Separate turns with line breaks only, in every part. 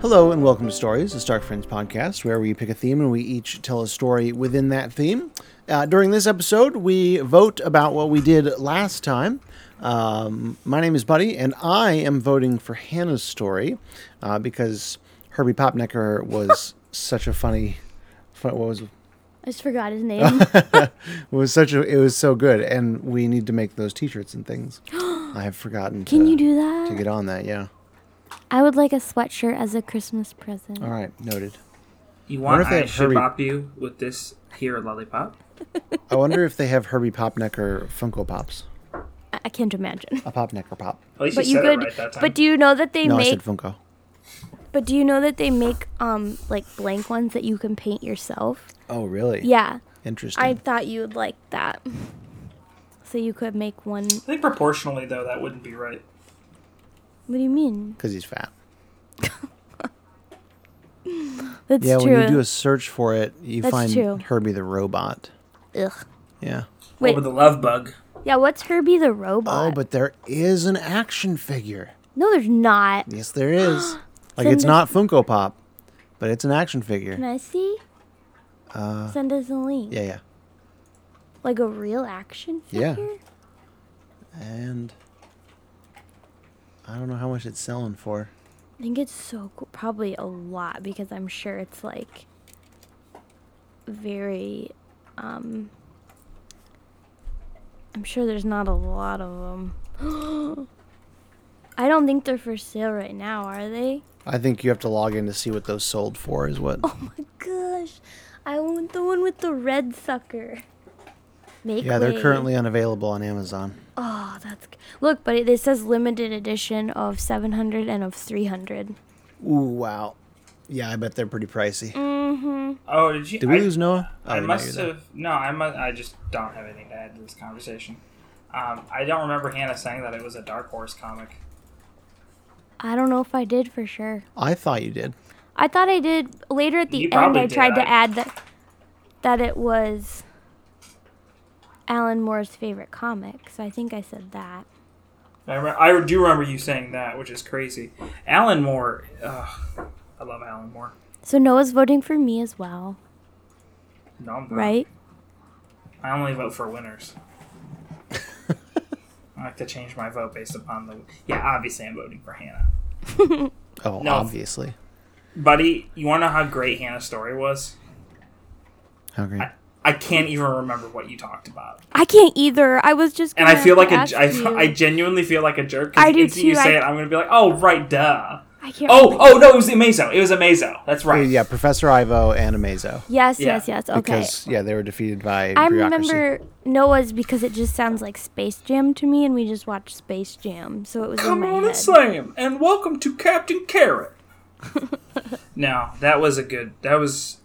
Hello and welcome to Stories, a Stark Friends podcast, where we pick a theme and we each tell a story within that theme. Uh, during this episode, we vote about what we did last time. Um, my name is Buddy, and I am voting for Hannah's story uh, because Herbie Popnecker was such a funny, fun, what was
I just forgot his name.
was such a it was so good, and we need to make those T-shirts and things. I have forgotten.
Can
to-
you do
to
that?
get on that? Yeah.
I would like a sweatshirt as a Christmas present.
All right, noted.
You
Wonder
want
if they
I
have
should
Herbie-
bop you with this here lollipop?
I wonder if they have Herbie Popnecker Funko Pops.
I-, I can't imagine.
A Popnecker pop.
At least
But
you
you
said
could.
it right that time.
but do you know that they
No, I
make?
said Funko.
But do you know that they make um like blank ones that you can paint yourself?
Oh, really?
Yeah,
Interesting.
I thought you would like that. So you could make one.
I think proportionally though that wouldn't be right.
What do you mean?
Because he's fat.
That's
yeah,
true.
when you do a search for it, you
That's
find
true.
Herbie the robot.
Ugh.
Yeah.
Wait.
Over the love bug.
Yeah, what's Herbie the
Oh,
robot?
but there is an action figure.
no, there's not.
Yes, there is. like
Send
it's
us-
not Funko Pop, but it's an action
Can
figure.
I see? Uh, Send us a link.
Yeah, yeah.
Like a real action
Yeah.
figure.
And I don't know how much it's selling for.
I think it's so cool. Probably a lot because I'm sure it's like very. Um, I'm sure there's not a lot of them. I don't think they're for sale right now, are they?
I think you have to log in to see what those sold for. Is what?
Oh my gosh. I want the one with the red sucker. Make
yeah, they're
way.
currently unavailable on Amazon.
Oh, that's. g- Look, but it, it says limited edition of 700 and of 300.
Ooh, wow. Yeah, I bet they're pretty pricey.
Mm.
Oh, did you?
Did we
I,
lose Noah? Oh,
I
no, you're
must
there.
have. No, I must. I just don't have anything to add to this conversation. Um, I don't remember Hannah saying that it was a Dark Horse comic.
I don't know if I did for sure.
I thought you did.
I thought I did later at the
You
end.
probably
I
did.
tried to
I-
add that that it was Alan Moore's favorite comic, so I think I said that.
I, remember, I do remember you saying that, which is crazy. Alan Moore. ugh, I love Alan Moore.
So Noah's voting for me as well,
No, I'm not.
right?
I only vote for winners. I like to change my vote based upon the. Yeah, obviously I'm voting for Hannah.
Oh,
No.
obviously.
Buddy, you want to know how great Hannah's story was?
How great.
I can't even remember what you talked about,
I can't either. I was just
and
gonna
I feel like a,
ask
I,
you.
I genuinely feel like a jerk. 'cause
I
the
do
instant You
too,
say
I-
it, I'm gonna be like, oh right, duh.
I can't.
Oh, oh no, it was Amazo. It was Amazo. That's right.
yeah, Professor Ivo and Amazo.
yes,
yeah,
yes, yes. Okay.
Because yeah, they were defeated by
I
bureaucracy.
remember Noah's because it just sounds like Space Jam to me, and we just watched Space Jam, so it was in
Come
my
on
head.
and slam, and welcome to Captain Carrot. no, that was a good. That was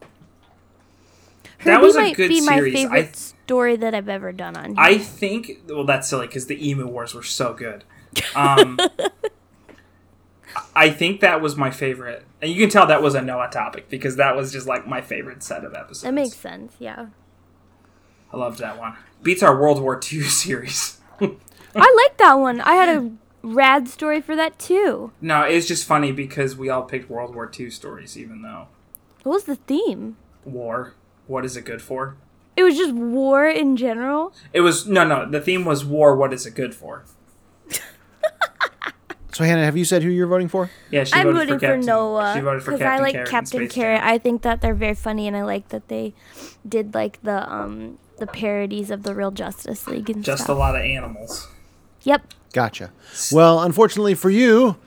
that
Herbie
was a
might
good
be my
series. I-
favorite story that I've ever done on. here.
I think. Well, that's silly because the Emu Wars were so good. Um, I think that was my favorite, and you can tell that was a Noah topic because that was just like my favorite set of episodes.
that makes sense. Yeah.
I loved that one. Beats our World War II series.
I like that one. I had a rad story for that too.
no, it's just funny because we all picked World War II stories, even though
What was the theme?
war. What is it good for?
It was just war in general.
It was no, no. The theme was war. What is it good for?
So Hannah, have you said who you're voting for?
Yeah, she
I'm
voted
voting for,
Captain,
Noah
She voted for
because
Captain
I like
Carrot and
Captain
Space Jam.
Carrot. I think that they're very funny, and I like that they did like the um the parodies of the Real Justice League and
Just a
stuff.
lot of animals.
Yep.
Gotcha. Well, unfortunately for you,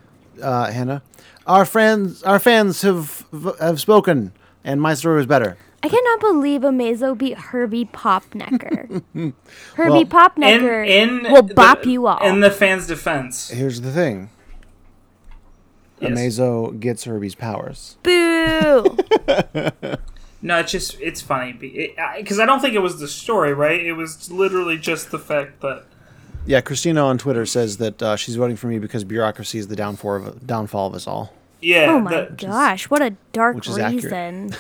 uh, Hannah, our friends, our fans have have spoken, and my story was better.
I cannot believe Amazo beat Herbie Popnecker.
Well,
Herbie
in,
Popnecker
in
will
the-
bop you all.
In the fans' defense,
Here's the thing:
Yes.
Amazo gets Herbie's powers.
Boo!
No, it's just it's funny because I don't think it was the story, right? It was literally just the fact that
Yeah, Christina on Twitter says that uh, she's voting for me because bureaucracy is the downfall of downfall of us all.
yeah,
oh my
the,
gosh, what a dark
Which is accurate.
reason.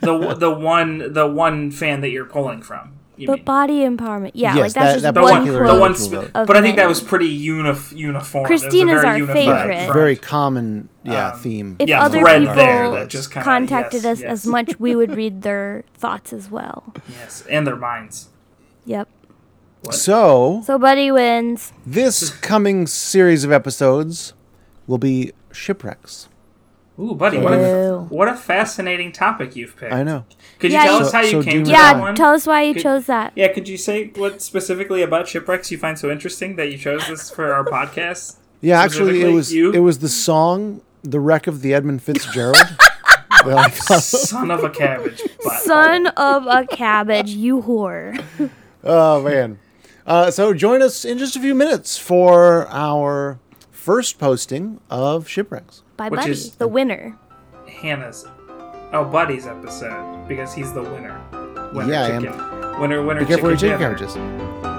the the one the one fan that you're pulling from You
But
mean.
body empowerment, yeah,
Yes,
like that's
that-
just
that
one
particular
quote.
vote.
the one,
Vote.
sp-
of
but I think that
many.
was pretty unif- uniform. It was a
Christina's
very
our
unified
favorite.
front.
Very common, yeah,
Um,
theme.
If
Yeah,
other
thread
people
there that just kinda-
contacted
yes,
us
yes.
as much, we would read their thoughts as well.
Yes, and their minds.
Yep.
So
So Buddy wins.
this coming series of episodes will be shipwrecks.
Ooh, buddy, what a,
Ew.
what a fascinating topic you've picked.
I know.
Could you
Yeah,
tell
you-
us how you
So- so
came
do
to
you-
that
Yeah,
one?
tell us why you
Could-
chose that.
yeah, could you say what specifically about shipwrecks you find so interesting that you chose this for our podcast?
Yeah, actually, it
Specifically
was
you?
it was the song "The Wreck of the Edmund Fitzgerald." Well, I thought-
Son of a cabbage. But
Son of a cabbage, you whore.
oh man! Uh, so join us in just a few minutes for our first posting of shipwrecks.
By
Which
Buddy,
is-
the winner.
Hannah's, oh, Buddy's episode because he's the winner. Winner
Yeah, I am.
chicken. Winner, winner,
Be careful where you
chicken
chicken
dinner.
cabbages.